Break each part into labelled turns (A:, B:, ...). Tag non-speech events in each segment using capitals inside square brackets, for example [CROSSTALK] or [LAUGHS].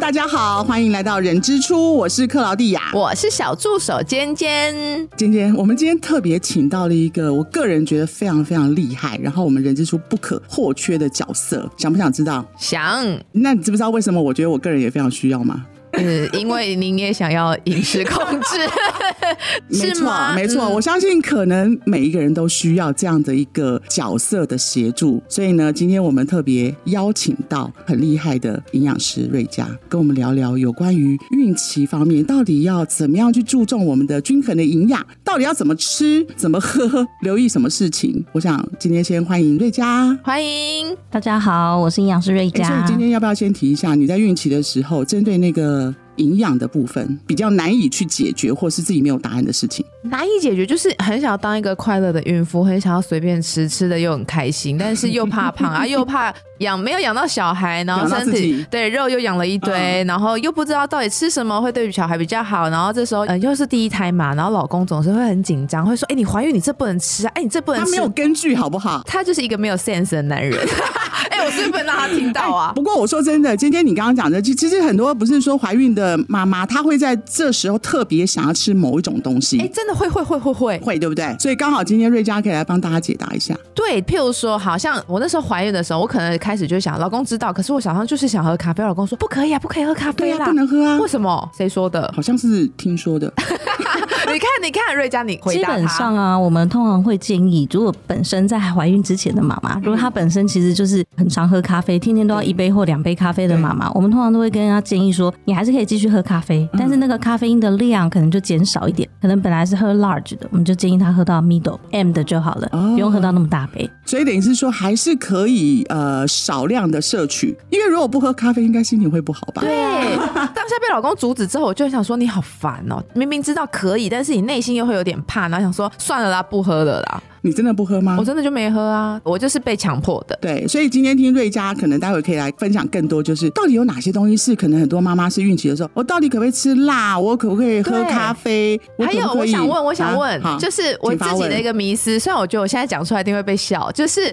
A: 大家好，欢迎来到人之初，我是克劳蒂亚。
B: 我是小助手尖尖，
A: 今天我们今天特别请到了一个我个人觉得非常非常厉害，然后我们人之初不可或缺的角色，想不想知道？
B: 想，
A: 那你知不知道为什么？我觉得我个人也非常需要吗？
B: 嗯，因为您也想要饮食控制，
A: [LAUGHS] 没
B: 是
A: 错啊
B: 吗？，
A: 没错，
B: 嗯
A: 我相信可能每一个人都需要这样的一个角色的协助，所以呢，今天我们特别邀请到很厉害的营养师瑞佳，跟我们聊聊有关于孕期方面，到底要怎么样去注重我们的均衡的营养，到底要怎么吃、怎么喝，留意什么事情。我想今天先欢迎瑞佳。哎
B: 欢迎。
C: 大家好，我是营养师瑞
A: 诶所以
C: 佳。
A: 今天要不要先提一下，你在孕期的时候，针对那个营养的部分比较难以去解决，或是自己没有答案的事情？
B: 难以解决，就是很想要当一个快乐的孕妇，很想要随便吃，吃的又很开心，
A: [LAUGHS]
B: 但是又怕胖啊，又怕养没有养到小孩，然后
A: 养到
B: 身
A: 自己嗯
B: 体对肉又养了一堆，然后又不知道到底吃什么会对小孩比较好，然后这时候嗯、呃又是第一胎嘛，然后老公总是会很紧张，会说：“哎、你怀孕你这不能吃啊，哎、你这不能
A: 他
B: 吃。”
A: 没有根据，好不好？
B: 他就是一个没有 sense 的男人。 [LAUGHS] 哎、我是不能让他听到啊。
A: 不过我说真的，今天你刚刚讲的，其其实很多不是说怀孕的妈妈，她会在这时候特别想要吃某一种东西。
B: 哎、真的会会会会会，
A: 会对不对？所以刚好今天瑞佳可以来帮大家解答一下。
B: 对，譬如说，好像我那时候怀孕的时候，我可能开始就想，老公知道，可是我早上就是想喝咖啡，老公说不可以啊，不可以喝咖
A: 对呀、
B: 啡啦，
A: 不能喝啊
B: 为，什么？谁说的？
A: 好像是听说的。
B: 你看，你看，瑞佳，你回
C: 基
B: 答他。
C: 本上啊，我们通常会建议，如果本身在怀孕之前的妈妈，如果她本身其实就是很常喝咖啡，天天都要一杯或两杯咖啡的妈妈，我们通常都会跟她建议说，你还是可以继续喝咖啡，但是那个咖啡因的量可能就减少一点，可能本来是喝 large 的，我们就建议她喝到 middle M 的就好了，
A: 哦
C: 不用喝到那么大杯。
A: 所以等于是说，还是可以呃少量的摄取，因为如果不喝咖啡，应该心情会不好吧？
B: 对，当下被老公阻止之后，我就想说你好烦哦，明明知道可以，但是你内心又会有点怕，然后想说算了啦，不喝了啦。
A: 你真的不喝吗
B: 我？真的就没喝啊，我就是被强迫的。
A: 对，所以今天听瑞佳，可能待会可以来分享更多，就是到底有哪些东西是可能很多妈妈是孕期的时候，我到底可不可以吃辣？我可不可以喝
B: 对
A: 咖啡？我
B: 还
A: 可
B: 有，
A: 不可
B: 我
A: 以
B: 想问，我想问，
A: 啊好
B: 就是我自己的一个迷思。虽然我觉得我现在讲出来一定会被笑，就是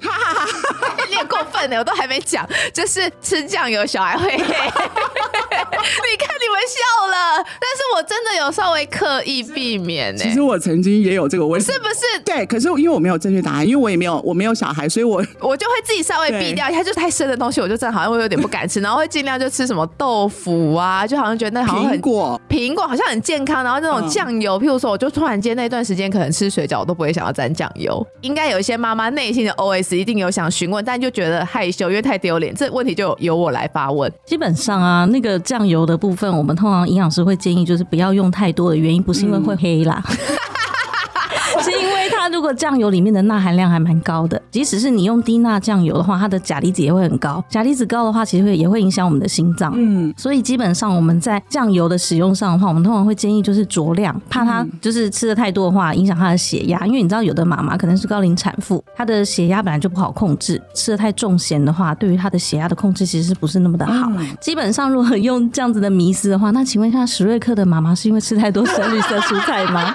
A: [LAUGHS]
B: 你也过分了，欸我都还没讲，就是吃酱油小孩会黑。 [LAUGHS] 你看你们笑了，但是我真的有稍微刻意避免呢、
A: 其实我曾经也有这个问题
B: 是。不是？
A: 对，可是因为我没有正确答案，因为我也没有我没有小孩，所以我
B: 我就会自己稍微避掉一下，就太生的东西，我就真的好像会有点不敢吃，然后会尽量就吃什么豆腐啊，就好像觉得那好像
A: 苹
B: 很
A: 果
B: 苹果好像很健康，然后那
A: 嗯
B: 种酱油，譬如说，我就突然间那段时间可能吃水饺，我都不会想要沾酱油。应该有一些妈妈内心的 OS 一定有想询问，但就觉得害羞，因为太丢脸，这问题就由我来发问。
C: 基本上啊，那个酱油的部分，我们通常营养师会建议就是不要用太多的原因，不是因为会黑啦。
A: 嗯
C: [LAUGHS] 是因为它如果酱油里面的钠含量还蛮高的，即使是你用低钠酱油的话，它的钾离子也会很高。钾离子高的话，其实会也会影响我们的心脏。
A: 嗯，
C: 所以基本上我们在酱油的使用上的话，我们通常会建议就是酌量，怕她就是吃的太多的话影响她的血压，因为你知道有的妈妈可能是高龄产妇，她的血压本来就不好控制，吃的太重咸的话，对于她的血压的控制其实是不是那么的好。
A: 嗯
C: 基本上如果用这样子的迷思的话，那请问一下史瑞克的妈妈是因为吃太多深绿色蔬菜吗？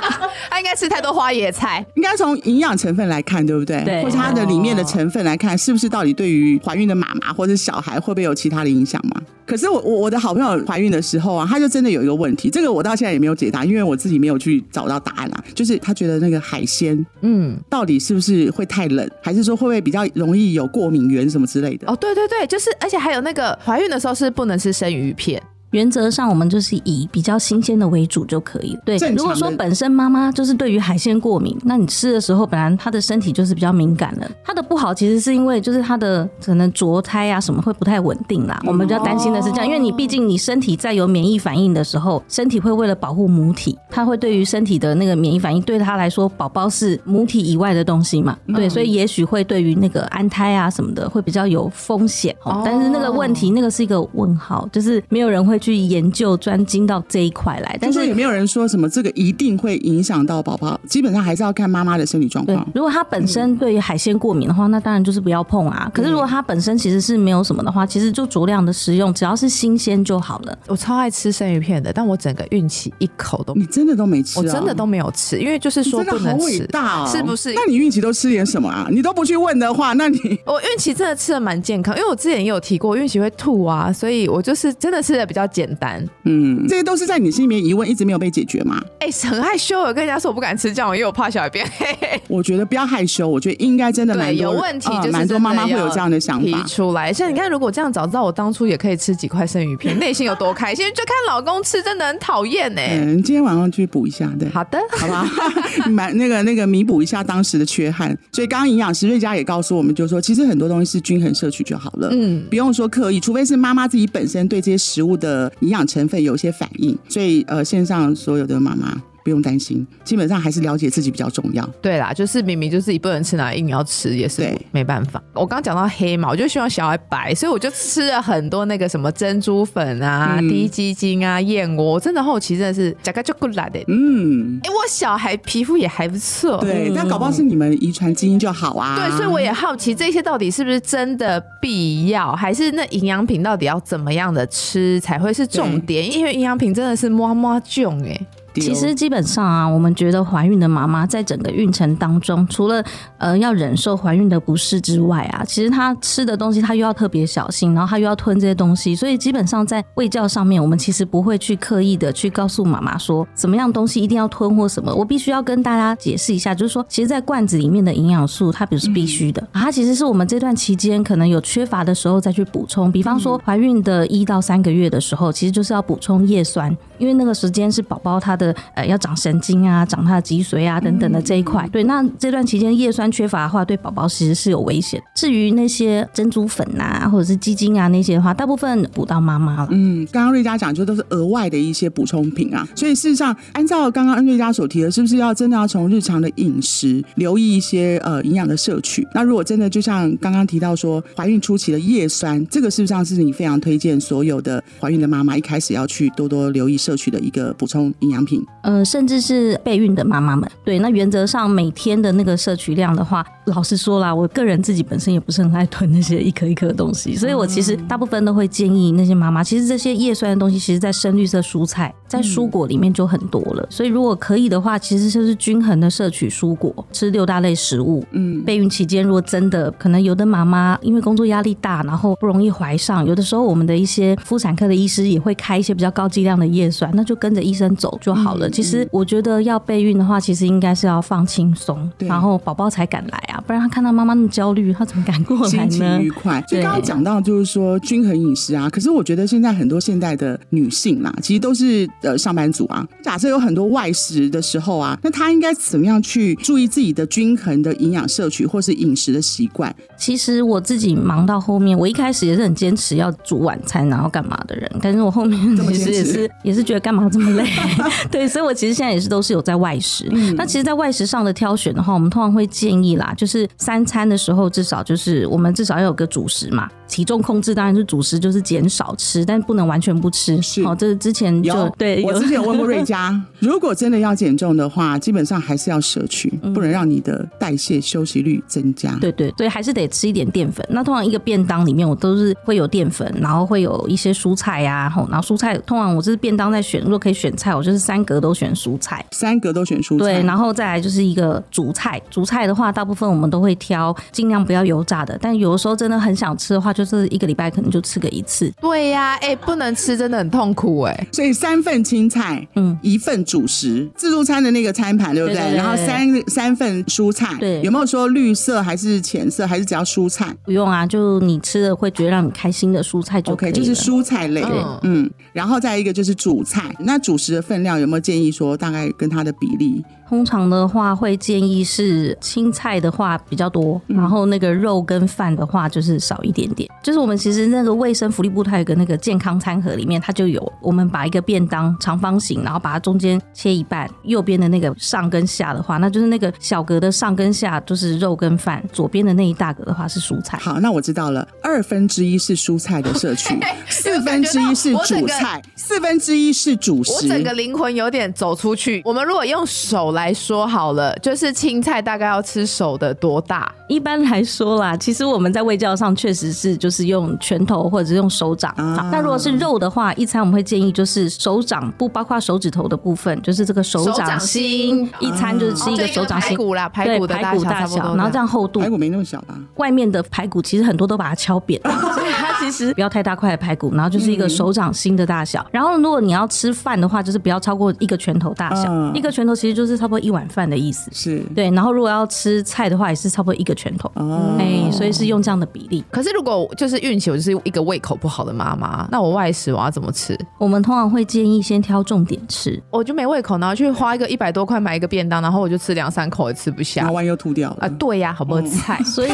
B: 她应该吃太多花椰菜，
A: 应该从营养成分来看，对不对？
C: 对
A: 或是它的里面的成分来看，是不是到底对于怀孕的妈妈或者小孩会不会有其他的影响嘛？可是我我我的好朋友怀孕的时候啊，她就真的有一个问题，这个我到现在也没有解答，因为我自己没有去找到答案啦、就是她觉得那个海鲜
B: 嗯，
A: 到底是不是会太冷，还是说会不会比较容易有过敏源什么之类的？
B: 哦，对对对，就是，而且还有那个怀孕的时候是不能吃生鱼片，
C: 原则上，我们就是以比较新鲜的为主就可以了。对
A: 正，常的
C: 如果说本身妈妈就是对于海鲜过敏，那你吃的时候，本来她的身体就是比较敏感的。她的不好其实是因为就是她的可能着胎啊什么会不太稳定
A: 嗯
C: 啦。我们比较担心的是
A: 哦
C: 这样，因为你毕竟你身体在有免疫反应的时候，身体会为了保护母体，它会对于身体的那个免疫反应，对她来说，宝宝是母体以外的东西嘛。
A: 嗯
C: 对，所以也许会对于那个安胎啊什么的会比较有风险。
B: 哦
C: 哦但是那个问题，那个是一个问号，就是没有人会去研究专精到这一块来。但
A: 但是也
C: 是，
A: 没有人说什么这个一定会影响到宝宝，基本上还是要看妈妈的身体状
C: 对
A: 况，。
C: 如果他本
A: 嗯
C: 身对于海鲜过敏的话，那当然就是不要碰啊。可是如果他本身其实是没有什么的话，其实就酌量的食用，只要是新鲜就好了。
B: 我超爱吃生鱼片的，但我整个孕期一口都，
A: 你真的都没吃、啊，
B: 我真的都没有吃，因为就是
A: 你
B: 说
A: 真的
B: 不
A: 好
B: 能
A: 伟
B: 吃。
A: 大哦，
B: 是不是
A: 那你孕期都吃点什么啊？你都不去问的话，那你
B: 我孕期真的吃的蛮健康，因为我之前也有提过，孕期会吐啊，所以我就是真的吃的比较简单。
A: 嗯， [LAUGHS] 这些都是在你心里面疑问，一直没有被解决嘛。
B: 哎、很害羞，我跟人家说我不敢吃酱油，因为我怕小孩变黑。
A: 我觉得不要害羞，我觉得应该真的蛮
B: 对，
A: 多
B: 有问题
A: 呃
B: 就是
A: 蛮多妈妈会
B: 真
A: 有
B: 要
A: 这样的想
B: 提
A: 法。
B: 出来。像你看，如果这样早知道我当初也可以吃几块生鱼
A: [LAUGHS]
B: 片，内心有多开心。就看老公吃，真的很讨厌哎。
A: 嗯，今天晚上去补一下，对，
B: 好的，
A: 好吧， [LAUGHS] 满那个那个弥补一下当时的缺憾。所以刚刚营养师瑞佳也告诉我们，就是说其实很多东西是均衡摄取就好了，
B: 嗯，
A: 不用说刻意，除非是妈妈自己本身对这些食物的营养成分有一些反应。所以呃，线上所有的妈妈不用担心，基本上还是了解自己比较重要。
B: 对啦，就是明明就自己不能吃，哪硬要吃也是
A: 对
B: 没办法。我刚讲到黑嘛，我就希望小孩白，所以我就吃了很多那个什么珍珠粉啊、
A: 嗯
B: 低鸡精啊、燕窝，我真的后期真的是加个就过来的。
A: 嗯，
B: 哎、我小孩皮肤也还不错，
A: 对，但搞不好是你们遗传基因就好啊。
B: 对，所以我也好奇这些到底是不是真的必要，还是那营养品到底要怎么样的吃才会是重点？嗯因为营养品真的是摸摸囧哎，
A: 丢
C: 其实基本上啊，我们觉得怀孕的妈妈在整个孕程当中，除了呃要忍受怀孕的不适之外啊，其实她吃的东西她又要特别小心，然后她又要吞这些东西，所以基本上在喂教上面，我们其实不会去刻意的去告诉妈妈说什么样东西一定要吞或什么。我必须要跟大家解释一下，就是说，其实，在罐子里面的营养素，它不是必须的，它其实是我们这段期间可能有缺乏的时候再去补充。比方说，怀孕的一到三个月的时候，其实就是要补充叶酸，因为那个时间是宝宝他的呃要长神经啊、长他的脊髓啊等等的这一块。对，那这段期间叶酸缺乏的话，对宝宝其实是有危险。至于那些珍珠粉啊，或者是鸡精啊那些的话，大部分补到妈妈了。
A: 嗯，刚刚瑞佳讲就都是额外的一些补充品啊，所以事实上，按照刚刚瑞佳所提的，是不是要真的要从日常的饮食留意一些呃营养的摄取？那如果真的就像刚刚提到说，怀孕初期的叶酸，这个事实上是你非常推荐所有的怀孕的妈妈一开始要去多多留意摄取的一个补充营养品。
C: 呃，甚至是备孕的妈妈们。对，那原则上每天的那个摄取量的话，老实说啦，我个人自己本身也不是很爱吞那些一颗一颗的东西，所以我其实大部分都会建议那些妈妈，其实这些叶酸的东西，其实在深绿色蔬菜、在蔬果里面就很多了。所以如果可以的话，其实就是均衡的摄取蔬果，吃六大类食物。
A: 嗯，
C: 备孕期间，如果真的可能有的妈妈因为工作压力大，然后不容易怀上，有的时候我们的一些妇产科的医师也会开一些比较高剂量的叶酸，那就跟着医生走就好了。
A: 嗯
C: 其实我觉得要备孕的话，其实应该是要放轻松，
A: 对
C: 然后宝宝才敢来啊，不然他看到妈妈那么焦虑，他怎么敢过
A: [LAUGHS]
C: 来
A: 心情
C: 呢
A: 愉？快。所以
C: 对
A: 刚刚讲到就是说均衡饮食啊，可是我觉得现在很多现代的女性啦，其实都是呃上班族啊。假设有很多外食的时候啊，那她应该怎么样去注意自己的均衡的营养摄取或是饮食的习惯？
C: 其实我自己忙到后面，我一开始也是很坚持要煮晚餐，然后干嘛的人，但是我后面
A: 这么
C: 其
A: 坚
C: 实也
A: 持
C: 是也是觉得干嘛这么累， [LAUGHS] 对，所以我其实现在也是都是有在外食。
A: 嗯
C: 那其实，在外食上的挑选的话，我们通常会建议啦，就是三餐的时候至少就是我们至少要有个主食嘛。体重控制当然是主食，就是减少吃，但不能完全不吃。
A: 是
C: 哦，这是之前就
A: 有，
C: 对
A: 我
C: 有
A: 之前有问过瑞佳，
C: [LAUGHS]
A: 如果真的要减重的话，基本上还是要摄取，不能让你的代谢休息率增加。
C: 嗯对对，所以还是得吃一点淀粉。那通常一个便当里面，我都是会有淀粉，然后会有一些蔬菜呀、吼，然后蔬菜通常我是便当在选，如果可以选菜，我就是三格都选蔬菜。
A: 三格都选蔬菜，
C: 对，然后再来就是一个主菜，主菜的话，大部分我们都会挑尽量不要油炸的，但有的时候真的很想吃的话，就是一个礼拜可能就吃个一次。
B: 对呀、哎、不能吃真的很痛苦哎、
A: 所以三份青菜，嗯
C: 嗯，
A: 一份主食，自助餐的那个餐盘，对不对？
C: 对对对
A: 然后三三份蔬菜，
C: 对
A: 有没有说绿色还是浅色，还是只要蔬菜
C: 不用啊，就你吃的会觉得让你开心的蔬菜就可以
A: ？OK，
C: 了。
A: 就是蔬菜类
B: 对，
A: 嗯，然后再一个就是主菜。那主食的分量有没有建议说大概跟它的比例？
C: 通常的话会建议是青菜的话比较多，然后那个肉跟饭的话就是少一点点。就是我们其实那个卫生福利部它有一个那个健康餐盒里面，它就有我们把一个便当长方形，然后把它中间切一半，右边的那个上跟下的话，那就是那个小格的上跟下就是肉跟饭，左边的那一大格的话是蔬菜。
A: 好，那我知道了，二分之一是蔬菜的摄
B: [LAUGHS]
A: 取，四分之一是
B: 我整
A: 主
B: 个
A: 菜，四分之一是主
B: 我整个
A: 食。
B: 灵魂有点走出去。我们如果用手来说好了，就是青菜大概要吃手的多大？
C: 一般来说啦，其实我们在喂教上确实是就是用拳头或者是用手掌。
A: 啊
C: 那如果是肉的话，一餐我们会建议就是手掌不包括手指头的部分，就是这个手
B: 手掌
C: 掌
B: 心哦
C: 心，一餐就是吃一个
B: 就
C: 手掌
B: 排
C: 心。
B: 骨啦，排
C: 对
B: 骨的
C: 排骨
B: 小
C: 大
B: 差不多。
C: 然后这样厚度
A: 排，骨没那么小吧？
B: [LAUGHS]
C: 外面的排骨其实很多都把它敲扁，所以它它其实不要太大块的排骨，然后就是一个手掌心的大
B: 嗯
C: 小。然后如果你要吃饭的话，就是不要超过一个拳头大小，
A: 嗯
C: 一个拳头其实就是差不多一碗饭的意思。
A: 是
C: 对，然后如果要吃菜的话，也是差不多一个拳头。
A: 哦，
C: 哎、所以是用这样的比例。
B: 可是如果就是孕期，我就是一个胃口不好的妈妈，那我外食我要怎么吃？
C: 我们通常会建议先挑重点吃，
B: 我就没胃口，然后去花一个一百多块买一个便当，然后我就吃两三口也吃不
A: 拿
B: 下
A: 完又吐掉
B: 啊！
A: 了。
B: 对呀、好不好
C: [LAUGHS]
B: 菜？
C: 所以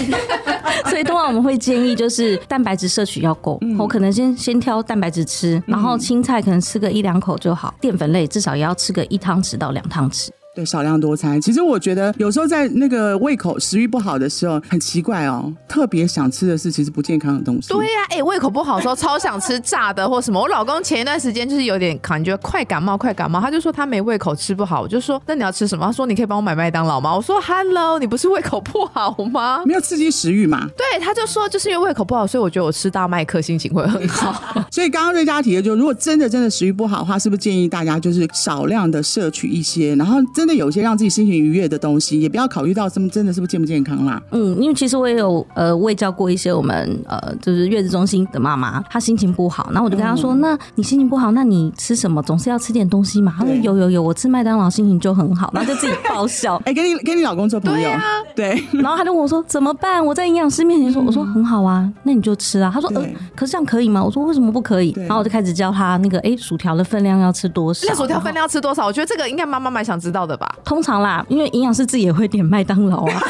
C: 所以通常我们会建议就是蛋白质摄取要够，我可能先先挑蛋白质吃，然后青菜可能吃个一两口就好，淀粉类至少也要吃个一汤匙到两汤匙。
A: 对，少量多餐。其实我觉得有时候在那个胃口食欲不好的时候，很奇怪哦，特别想吃的是其实不健康的东西。
B: 对呀、哎、胃口不好的时候超想吃炸的或什么。我老公前一段时间就是有点感觉快感冒，快感冒，他就说他没胃口，吃不好。我就说那你要吃什么？他说你可以帮我买麦当劳吗？我说 Hello，你不是胃口不好吗？
A: 没有刺激食欲嘛，
B: [LAUGHS] 对，他就说就是因为胃口不好，所以我觉得我吃大麦克心情会很好。
A: 所以刚刚瑞佳提的，就如果真的真的食欲不好的话，是不是建议大家就是少量的摄取一些，然后真的有一些让自己心情愉悦的东西，也不要考虑到什么真的是不是健不健康啦。
C: 嗯，因为其实我也有呃喂教过一些我们呃就是月子中心的妈妈，她心情不好，然后我就跟她说，那你心情不好，那你吃什么？总是要吃点东西嘛。她说
A: 对。
C: 有有有，我吃麦当劳心情就很好，然后就自己爆笑
A: 哎、跟你跟你老公做朋友，对,、 [LAUGHS]
C: 然后她就问我说怎么办？我在营养师面前说，我说
B: 嗯
C: 很好啊，那你就吃啊。她说呃
A: 对，
C: 可是这样可以吗？我说为什么不可以？
A: 对
C: 然后我就开始教她那个哎薯条的分量要吃多
B: [LAUGHS]
C: 少，
B: 那薯条
C: 然后
B: 分量吃多少？我觉得这个应该妈妈蛮想知道的吧。
C: 通常啦，因为营养师自己也会点麦当劳
B: [LAUGHS]
C: 啊。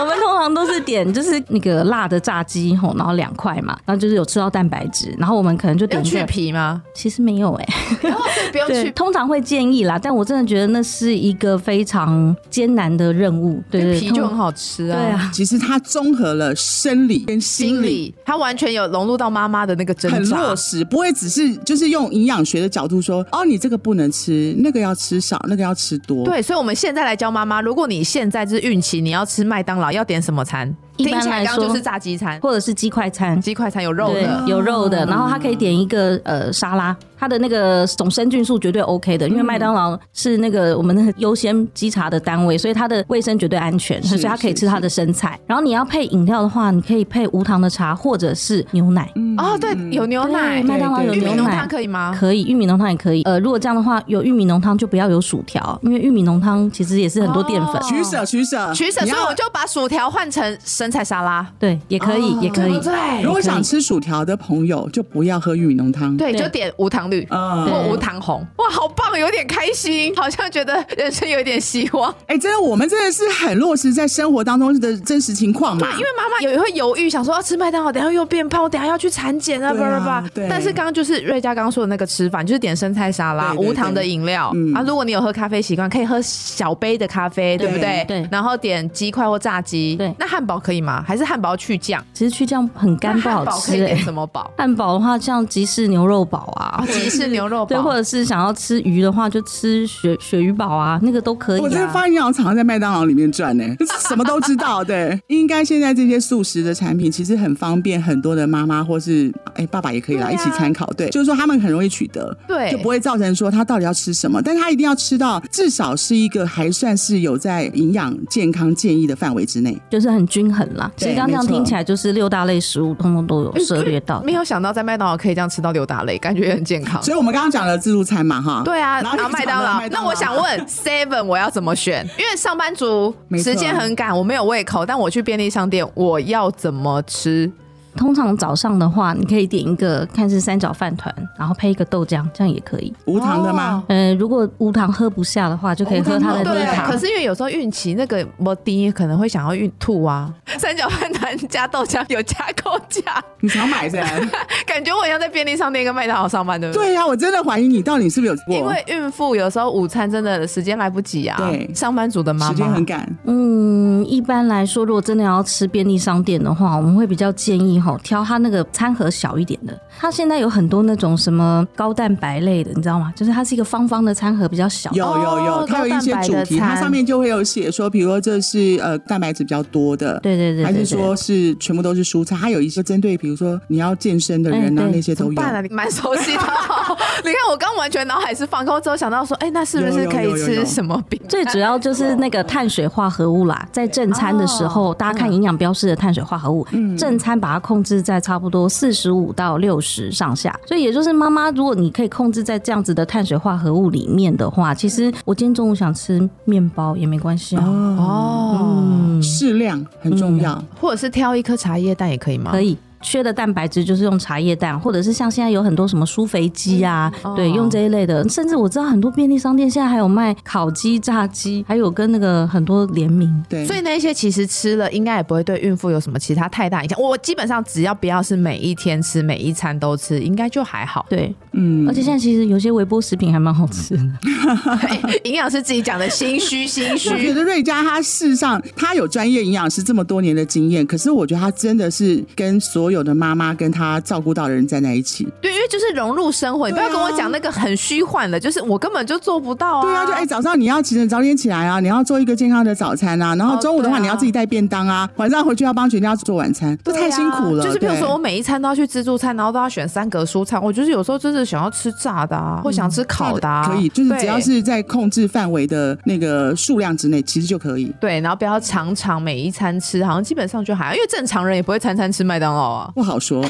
C: 我们通常都是点就是那个辣的炸鸡吼，然后两块嘛，然后就是有吃到蛋白质，然后我们可能就
B: 要
C: 点一
B: 去
C: 个，
B: 皮吗？
C: 其实没有哎、
B: 然后所以不用
C: 对，
B: 去。
C: 通常会建议啦，但我真的觉得那是一个非常艰难的任务，对
B: 因为
C: 对，
B: 皮就
C: 通
B: 很好吃啊。
C: 对，啊，
A: 其实它综合了生理跟心
B: 心
A: 理。
B: 理它完全有融入到妈妈的那个挣
A: 很
B: 扎。
A: 落实，不会只是就是用营养学的角度说，哦，你这个不能吃，那个要吃少，那个要吃多。，
B: 对，所以我们现在来教妈妈，如果你现在就是孕期，你要吃麦当劳，要点什么餐？
C: 一
B: 听
C: 般
B: 起来
C: 来
B: 刚刚就
C: 说
B: 是炸鸡餐、
C: 或者是鸡快餐，
B: 鸡块餐有肉
C: 对
B: 的，，
C: 有肉的，然后它可以点一个呃沙拉，它的那个总生菌数绝对 OK 的，因为麦当劳是那个我们 [LAUGHS] 那个优先稽查的单位，所以它的卫生绝对安全，
A: 是
C: 所以它可以
A: 是
C: 吃它的生菜。然后你要配饮料的话，你可以配无糖的茶或者是牛奶，
B: 哦，对，
A: 嗯
B: 有牛奶
C: 对，麦当劳有
A: 对
B: 玉
A: 对
B: 米
C: 牛
B: 浓
C: 奶
B: 汤。可以吗？
C: 可以，玉米浓汤也可以。呃，如果这样的话，有玉米浓汤就不要有薯条，因为玉米浓汤其实也是很多淀粉。
B: 哦
A: 取舍取舍
B: 取舍，
A: 你
B: 所以
A: 要
B: 我就把薯条换成生菜沙拉，
C: 对，也可以，也可以。
B: 哦
A: 如果想
C: 可以
A: 吃薯条的朋友，就不要喝玉米浓汤。，
B: 对，
C: 对
B: 就点无糖绿。
A: 嗯，
B: 或无糖红，哇，好棒，有点开心，好像觉得人生有一点希望。
A: 哎、真的，我们真的是很落实在生活当中的真实情况嘛。
B: 因为妈妈也会犹豫，想说要啊吃麦当劳，等一下又变胖，我等一下要去产检啊，
A: 对
B: 叭
A: 啊
B: 叭叭
A: 对。
B: 但是刚刚就是瑞佳刚刚说的那个吃法，你就是点生菜沙拉、
A: 对对对
B: 无糖的饮料
A: 嗯
B: 啊。如果你有喝咖啡习惯，可以喝小杯的咖啡，对不对？
C: 对对
B: 然后点鸡块或炸鸡。
C: 对
B: 那汉堡可以吗？还是汉堡去酱？
C: 其实去这样很干，
B: 那
C: 不好
B: 汉堡可以
C: 吃、
B: 点
C: 欸。
B: 什么堡？
C: 汉堡的话，像吉士牛肉堡啊，
B: 啊，吉士牛肉
C: 对，或
B: 堡。
C: 者是想要吃鱼的话，就吃鳕鳕鱼堡啊，那个都可以、啊。
A: 我真的发现营养常常在麦当劳里面赚呢、 [LAUGHS] 什么都知道。对，应该现在这些素食的产品其实很方便，很多的妈妈或是哎、爸爸也可以来、
B: 对啊
A: 一起参考。对，就是说他们很容易取得，
B: 对
A: 就不会造成说他到底要吃什么，但他一定要吃到至少是一个还算是有在营养健康建议的范围之内。
B: 哦
C: 就是很均衡啦。
A: 对
C: 其实刚刚这样
A: 没错
C: 听起来，就是六大类食物通通都有涉猎
A: 哎
C: 到。
B: 嗯没有想到在麦当劳可以这样吃到六大类，感觉也很健康。
A: 所以我们刚刚讲了自助餐嘛，哈，
B: 对啊，
A: 然
B: 然
A: 后
B: 后
A: 你
B: 麦
A: 讲了
B: 当劳
A: 麦。当
B: 那
A: 劳
B: 我想问 Seven，我要怎么 [LAUGHS] 选？因为上班族
A: 没错
B: 时间很赶，我没有胃口，但我去便利商店，我要怎么吃？
C: 通常早上的话，你可以点一个看是三角饭团，然后配一个豆浆，这样也可以。
A: 无糖的
B: 哦
A: 吗？
C: 呃，如果无糖喝不下的话，就可以喝它
A: 哦
C: 的
A: 无糖
C: 低
A: 的
C: 糖。
B: 啊可是因为有时候孕期那个摩低可能会想要孕吐啊。 [LAUGHS] 三角饭团加豆浆有加购价，
A: 你常买噻？
B: 感觉我好像在便利商店跟麦当劳上班，对不
A: [LAUGHS]
B: 对？
A: 对呀、啊我真的怀疑你到底是不是有过，
B: 因为孕妇有时候午餐真的时间来不及啊，
A: 对
B: 上班族的妈
A: 时间
B: 妈
A: 很。赶。
C: 嗯，一般来说，如果真的要吃便利商店的话，我们会比较建议吼，挑它那个餐盒小一点的。它现在有很多那种什么高蛋白类的，你知道吗？就是它是一个方方的餐盒，比较小。
A: 有有有，
B: 哦
A: 它有一些
B: 高蛋白
A: 主
B: 的
A: 题，它
B: 餐
A: 上面就会有写说，比如说这是呃蛋白质比较多的，
C: 对对对对
A: 还是
C: 对
A: 说是全部都是蔬菜，它有一些针对，比如说你要健身的人啊
C: 哎对
A: 那些
B: 怎
A: 都
B: 么
A: 有。
B: 办啊？你蛮熟悉的 [LAUGHS] 哦，你看我刚完全脑海是放空，之后想到说，哎、那是不
A: 有
B: 是
A: 有
B: 可以
A: 有有有
B: 吃什么饼？
C: 最主要就是那个碳水化合物啦，在正餐的时候，大家看营养标示的碳水化合物，正餐把它控制在差不多四十五到六十上下。所以也就是妈妈，如果你可以控制在这样子的碳水化合物里面的话，其实我今天中午想吃面包也没关系啊。
A: 哦，
B: 哦，
A: 适量很重要。
B: 或者是挑一颗茶叶蛋也可以吗？
C: 可以。缺的蛋白质就是用茶叶蛋，或者是像现在有很多什么酥肥鸡啊，
B: 哦
C: 对，用这一类的。甚至我知道很多便利商店现在还有卖烤鸡、炸鸡，还有跟那个很多联名。。
A: 对，
B: 所以那些其实吃了应该也不会对孕妇有什么其他太大影响。我基本上只要不要是每一天吃、每一餐都吃，应该就还好
A: [LAUGHS]
C: 对，
A: 嗯
C: 而且现在其实有些微波食品还蛮好吃的。
B: 营养师自己讲的心虚，心
A: 我觉
B: 虚。
A: 得瑞佳她事实上她有专业营养师这么多年的经验，可是我觉得她真的是跟所有的妈妈跟她照顾到的人站在一起。
B: 对，因为就是融入生活，你不要
A: 对啊
B: 跟我讲那个很虚幻的，就是我根本就做不到啊。
A: 对啊，就哎、早上你要起早点起来啊，你要做一个健康的早餐啊，然后
B: 哦
A: 中午的话
B: 对啊
A: 你要自己带便当啊，晚上回去要帮全家做晚餐，都
B: 对啊
A: 太辛苦了。
B: 就是比如
A: 对
B: 说我每一餐都要去自助餐，然后都要选三格蔬菜，我就是有时候就是想要吃炸的啊，或想吃烤的啊，
A: 嗯可以，就是
B: 对
A: 只要是在控制范围的那个数量之内，其实就可以。
B: 对，然后不要常常每一餐吃，好像基本上就还好，因为正常人也不会餐餐吃麦当劳啊。
A: [LAUGHS] 不好说。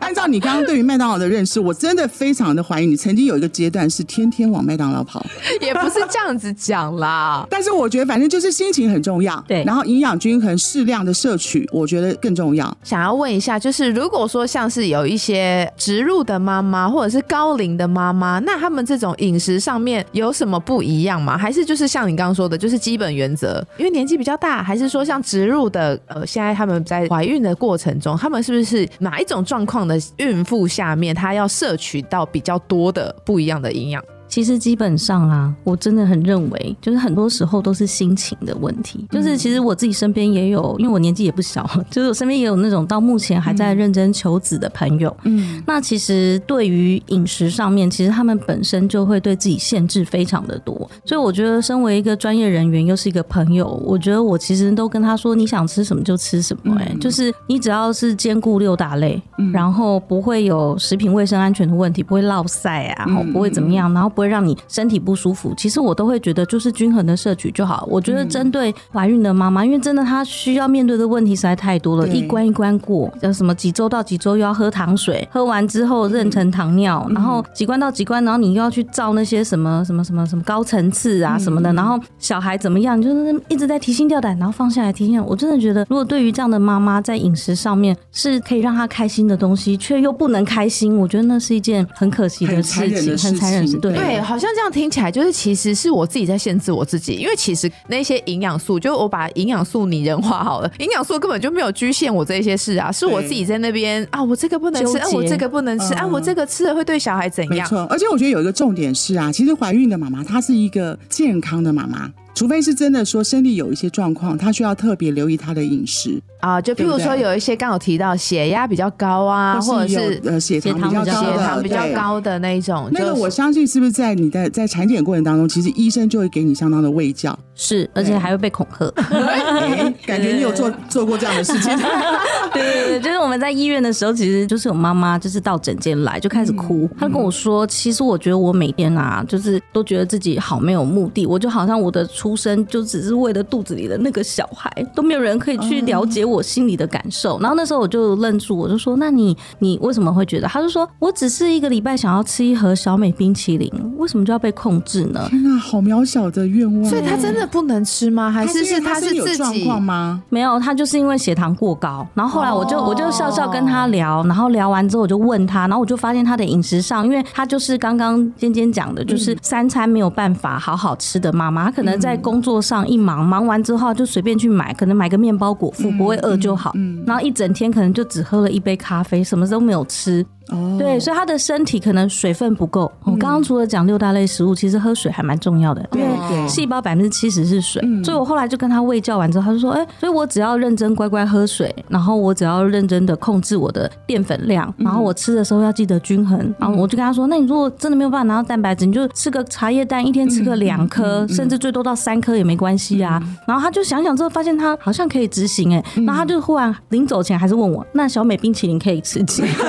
A: 按照你刚刚对于麦当劳的认识，我真的非常的怀疑你曾经有一个阶段是天天往麦当劳跑。。
B: 也不是这样子讲啦
A: 但是我觉得反正就是心情很重要，
C: 对
A: 然后营养均衡、适量的摄取，我觉得更重要。
B: 想要问一下，就是如果说像是有一些植入的妈妈，或者是高龄的妈妈，那他们这种饮食上面有什么不一样吗？还是就是像你刚刚说的，就是基本原则，因为年纪比较大，还是说像植入的，呃，现在他们在怀孕的过程中，他们是不是哪一种状况的孕妇下面，她要摄取到比较多的不一样的营养？
C: 其实基本上啊，我真的很认为，就是很多时候都是心情的问题。就是其实我自己身边也有，因为我年纪也不小， [LAUGHS] 就是我身边也有那种到目前还在认真求子的朋友。
A: 嗯，
C: 那其实对于饮食上面，其实他们本身就会对自己限制非常的多，所以我觉得身为一个专业人员，又是一个朋友，我觉得我其实都跟他说，你想吃什么就吃什么、
A: 嗯
C: 哎、就是你只要是兼顾六大类，然后不会有食品卫生安全的问题，不会落晒啊，
A: 嗯
C: 不会怎么样，然后不会让你身体不舒服。其实我都会觉得就是均衡的摄取就好。我觉
A: 嗯
C: 得针对怀孕的妈妈，因为真的她需要面对的问题实在太多了，
A: 对
C: 一关一关过，叫什么几周到几周又要喝糖水，喝完之后妊娠糖尿，然后几关到几关，然后你又要去照那些什么什么什么什么高层次啊什么的，然后小孩怎么样，就是一直在提心吊胆，然后放下来提心吊胆。我真的觉得，如果对于这样的妈妈在饮食上面是可以让她开心的东西，却又不能开心，我觉得那是一件很可惜的
A: 很
C: 事
A: 残忍
C: 情，
A: 的
C: 很
A: 事
C: 残忍的事。
A: 情
C: 对
B: 对，好像这样听起来就是，其实是我自己在限制我自己，因为其实那些营养素，就我把营养素拟人化好了，
A: [LAUGHS]
B: 营养素根本就没有局限我这些事啊，是我
A: 对
B: 自己在那边啊，我这个不能吃，
C: 纠
B: 啊，我
C: 结
B: 这个不能吃，啊，
A: 嗯
B: 我这个吃了会对小孩怎
A: 没
B: 样？
A: 错。而且我觉得有一个重点是啊，其实怀孕的妈妈她是一个健康的妈妈。除非是真的说身体有一些状况，她需要特别留意她的饮食，
B: 啊，就譬如
A: 对不
B: 说
A: 对
B: 有一些刚有提到血压比较高啊，或者
A: 是有
B: 是
A: 呃血
C: 血
A: 糖比较
C: 糖比较
A: 高
B: 血
A: 的，
B: 糖比较
A: 对
B: 高的那一种，
A: 那个
B: 就是
A: 我相信是不是在你的在产检过程当中，其实医生就会给你相当的喂
B: [LAUGHS]
A: 教，
C: 是，而且还会被恐吓。
A: 哎感觉你有做做过这样的事
B: [LAUGHS]
A: 情，
C: [LAUGHS] 对对对，就是我们在医院的时候，其实就是有妈妈就是到诊间来就开始哭，她跟我说，其实我觉得我每天啊，就是都觉得自己好没有目的，我就好像我的出生就只是为了肚子里的那个小孩，都没有人可以去了解我心里的感受。然后那时候我就愣住，我就说，那你你为什么会觉得？她就说我只是一个礼拜想要吃一盒小美冰淇淋，为什么就要被控制呢？
A: 天哪，好渺小的愿望。
B: 所以他真的不能吃吗？还
A: 他
B: 是
A: 因为
B: 是
A: 他
B: 他
A: 身体
B: 是
A: 有
B: 自
A: 状
B: 己 [LAUGHS]
A: 况吗？
C: 没有，他就是因为血糖过高，然后后来我就、
B: 哦
C: 我就笑笑跟他聊，然后聊完之后我就问他，然后我就发现他的饮食上，因为他就是刚刚尖尖讲的，
A: 嗯
C: 就是三餐没有办法好好吃的妈妈，她可能在工作上一忙，忙完之后就随便去买，可能买个面包果腹不会饿就好，
A: 嗯
C: 然后一整天可能就只喝了一杯咖啡，什么都没有吃，
A: 哦，嗯
C: 对，所以他的身体可能水分不够。我刚刚除了讲六大类食物，其实喝水还蛮重要的，因为
A: 对
C: 细胞百分之七十是水。所以我后来就跟他喂教完之后，他就说：“哎、所以我只要认真乖乖喝水，然后我只要认真的控制我的淀粉量，然后我吃的时候要记得均衡。然后我就跟他说：“那你如果真的没有办法拿到蛋白质，你就吃个茶叶蛋，一天吃个两颗，甚至最多到三颗也没关系啊。然后他就想想之后，发现他好像可以执行哎、然后他就忽然临走前还是问我：“那小美冰淇淋可以吃几颗？”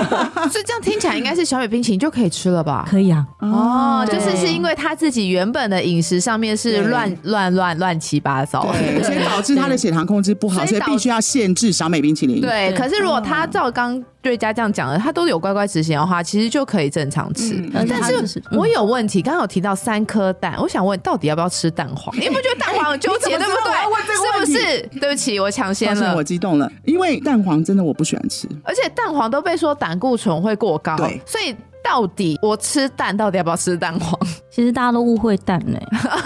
B: 这这样听起来应该是小米冰淇淋就可以吃了吧？
C: 可以啊，
B: 哦，
A: 对
B: 就是是因为他自己原本的饮食上面是
A: 对
B: 乱乱乱乱七八糟， [LAUGHS]
A: 对，所以导致他的血糖控制不好，
B: 所
A: 所以
B: 以导
A: 必须要限制小美冰淇淋。
B: 对，
C: 对
B: 可是如果他照刚对家这样讲的，他都有乖乖执行的话，其实就可以正常吃。
A: 嗯
C: 而且
B: 但
C: 它就是是
B: 我有问题，刚刚有提到三颗蛋，我想问到底要不要吃蛋黄？你不觉得蛋
A: [LAUGHS]
B: 黄很纠
A: 嗯
B: 结
A: 哎你
B: 对
A: 怎
B: 不
A: 么知道我要问这个
B: 对？
A: 问题
B: 是不是？对不起，我抢
A: 抱
B: 先
A: 歉，
B: 了
A: 我。激动了，因为蛋黄真的我不喜欢吃。
B: 而且蛋黄都被说胆固醇会过高
A: 对，
B: 所以到底我吃蛋到底要不要吃蛋黄？ [LAUGHS]
C: 其实大家都误会蛋呢、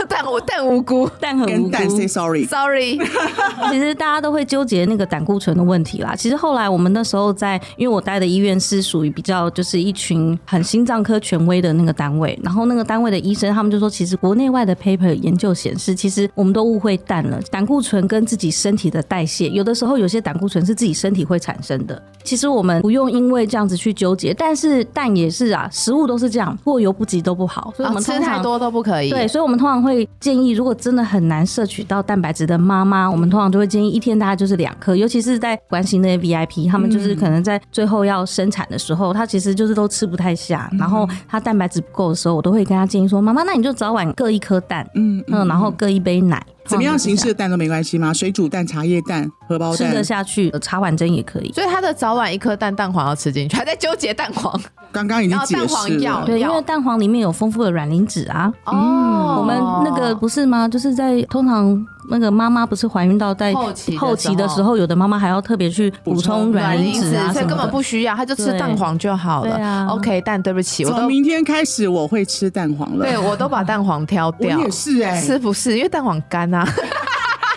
B: 蛋我蛋无辜
C: 蛋很无
A: 跟
C: 辜。
A: 蛋 say sorry， [LAUGHS]
B: ，sorry。
C: [LAUGHS] 其实大家都会纠结那个胆固醇的问题啦。其实后来我们那时候在，因为我待的医院是属于比较就是一群很心脏科权威的那个单位，然后那个单位的医生他们就说，其实国内外的 paper 研究显示，其实我们都误会蛋了。胆固醇跟自己身体的代谢，有的时候有些胆固醇是自己身体会产生的。其实我们不用因为这样子去纠结，但是蛋也是啊，食物都是这样，过犹不及都不好，所以我
B: 哦
C: 们
B: 吃
C: 通
B: 太
C: 常
B: 多都不可以。
C: 对，所以我们通常会建议，如果真的很难摄取到蛋白质的妈妈，我们通常就会建议一天大概就是两颗，尤其是在关心那些 VIP，他们就是
A: 嗯
C: 可能在最后要生产的时候，他其实就是都吃不太下，然后
A: 嗯
C: 他蛋白质不够的时候，我都会跟他建议说，妈妈，那你就早晚各一颗蛋，
A: 嗯
C: 嗯，然后各一杯奶，
A: 怎么样形式
C: 通
A: 的蛋都没关系吗？水煮蛋、茶叶蛋、荷包
C: 常就是这样
A: 蛋
C: 吃得，下去，呃茶碗蒸也可以。
B: 所以他的早晚一颗蛋蛋黄要吃进去，还在纠结蛋黄。
A: 刚刚已经解
B: 哦然后蛋
A: 释
B: 黄
A: 了
B: 要。
C: 对，因
B: 要
C: 为蛋黄里面有丰富的卵磷脂啊，
B: 哦
C: 我们那个不是吗？就是在通常那个妈妈不是怀孕到在
B: 后期的时候
C: 后期的时候，有的妈妈还要特别去补充
B: 软
C: 卵
B: 磷
C: 磷
B: 脂
C: 脂啊
B: 所
C: 什
B: 以根
C: 么
B: 本
C: 的。
B: 不需要，他就吃
C: 对
B: 蛋黄就好了。
C: 对啊
B: OK，但对不起，我
A: 从
B: 都
A: 明天开始我会吃蛋黄了。
B: 对我都把蛋黄挑
A: 我
B: 掉，
A: 也是哎、
B: 是不是？因为蛋黄干
A: [LAUGHS]
B: 啊，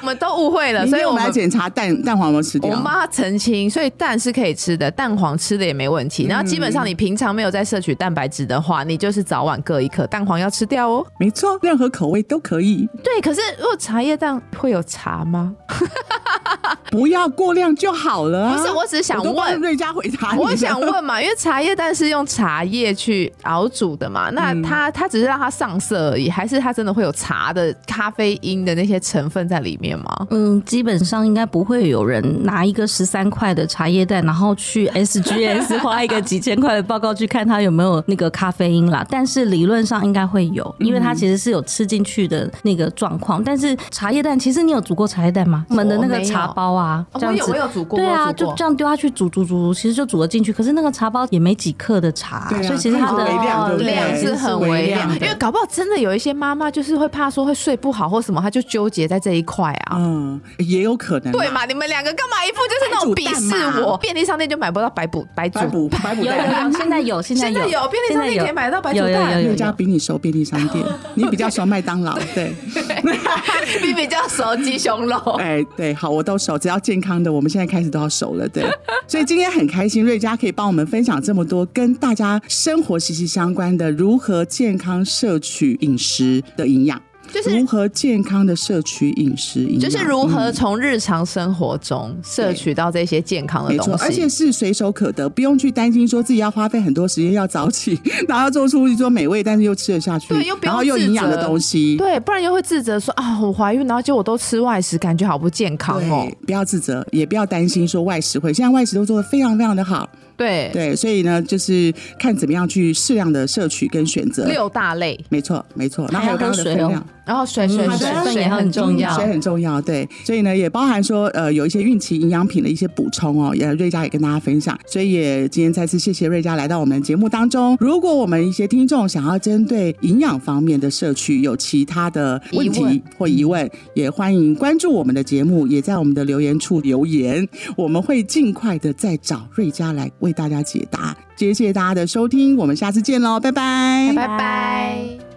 B: 我们都误会了，
A: 明
B: 所以
A: 天我
B: 我
A: 们来
B: 们。
A: 检查蛋蛋黄有没有吃
B: 我
A: 掉。
B: 妈澄清，所以蛋是可以吃的，蛋黄吃的也没问
A: 嗯
B: 题。然后基本上你平常没有在摄取蛋白质的话，你就是早晚各一颗，蛋黄要吃掉哦。
A: 没错，任何口味都可以，
B: 对，可是如果茶叶蛋会有茶吗？
A: 不要过量就好了、啊。
B: 不是，我只是想
A: 我都帮
B: 问，
A: 瑞佳回答啊你了
B: 我想，问嘛，因为茶叶蛋是用茶叶去熬煮的嘛，那
A: 嗯
B: 它、它只是让它上色而已，还是它真的会有茶的咖啡因的那些成分在里面吗？
C: 嗯，基本上应该不会有人拿一个十三块的茶叶蛋，然后
B: [LAUGHS]
C: 去 SGS 花一个几千块的报告去看它有没有那个咖啡因啦。但是理论上应该会有，
B: 嗯
C: 因为它其实是有吃进去的那个状况。但是茶叶蛋，其实你有煮过茶叶蛋吗？我们的那
B: 我
C: 个
B: 没有
C: 茶包啊，这样子
B: 哦有煮过
C: 对啊，就这样丢下去煮煮煮，其实就煮了进去。可是那个茶包也没几克的茶，
A: 对啊
C: 所以其实它
A: 很
C: 的哦
A: 微量对不对
B: 量是很微
A: 是
B: 量，
A: 微量
B: 因
A: 的
B: 为搞不好真的有一些妈妈就是会怕说会睡不好或什么，她就纠结在这一块啊。
A: 嗯，也有可能啊
B: 对嘛？你们两个干嘛一副就是那种
A: 白
B: 鄙
A: 煮蛋
B: 视我？
A: 嘛
B: 便利商店就买不到白补白煮
A: 白补白补
C: 有有
A: 蛋。
C: 有，现在有，现在
B: 现在
C: 有，
B: 有便利商店
C: 现在有
B: 可以买到白煮
C: 有有
B: 蛋
C: 有有有
A: 瑞佳比你熟便利商店，你比较熟麦当劳，对，
B: [LAUGHS] 你比较熟鸡胸肉。
A: [LAUGHS] 哎，对，好，我都熟，只要健康的，我们现在开始都要熟了，对。所以今天很开心，瑞佳可以帮我们分享这么多跟大家生活息息相关的如何健康摄取饮食的营养，
B: 就是
A: 如何健康的摄取饮食营养，
B: 就是如何
A: 嗯
B: 从日常生活中摄取到这些健康的
A: 没错
B: 东，
A: 而且
B: 西。
A: 是随手可得，不用去担心说自己要花费很多时间要早起， [LAUGHS] 然后要做出一桌美味但是又吃得下去，
B: 对又不用
A: 然后又营养
B: 自责
A: 的东西。
B: 对，不然又会自责说啊，我怀孕，然后结果我都吃外食，感觉好不健康哦。
A: 对，不要自责，也不要担心说外食会，现在外食都做的非常非常的好，
B: 对，
A: 对，所以呢，就是看怎么样去适量的摄取跟选择。
B: 六大类，
A: 没错，没错。然后还有
C: 还
A: 刚
C: 要
A: 刚的
C: 喝
A: 分
C: 水哦
A: 量，
B: 然后水水
C: 嗯
B: 水
A: 水分
B: 水
C: 也
B: 很
C: 很
B: 重
C: 重
B: 要
C: 要。
A: 水很重要，对。所以呢，也包含说，呃，有一些孕期营养品的一些补充哦，也瑞佳也跟大家分享。所以也今天再次谢谢瑞佳来到我们的节目当中。如果我们一些听众想要针对营养方面的摄取有其他的问
B: 疑问
A: 题或疑问，也欢迎关注我们的节目，也在我们的留言处留言，我们会尽快的再找瑞佳来为大家解答。谢谢大家的收听，我们下次见喽，拜拜，
B: 拜拜。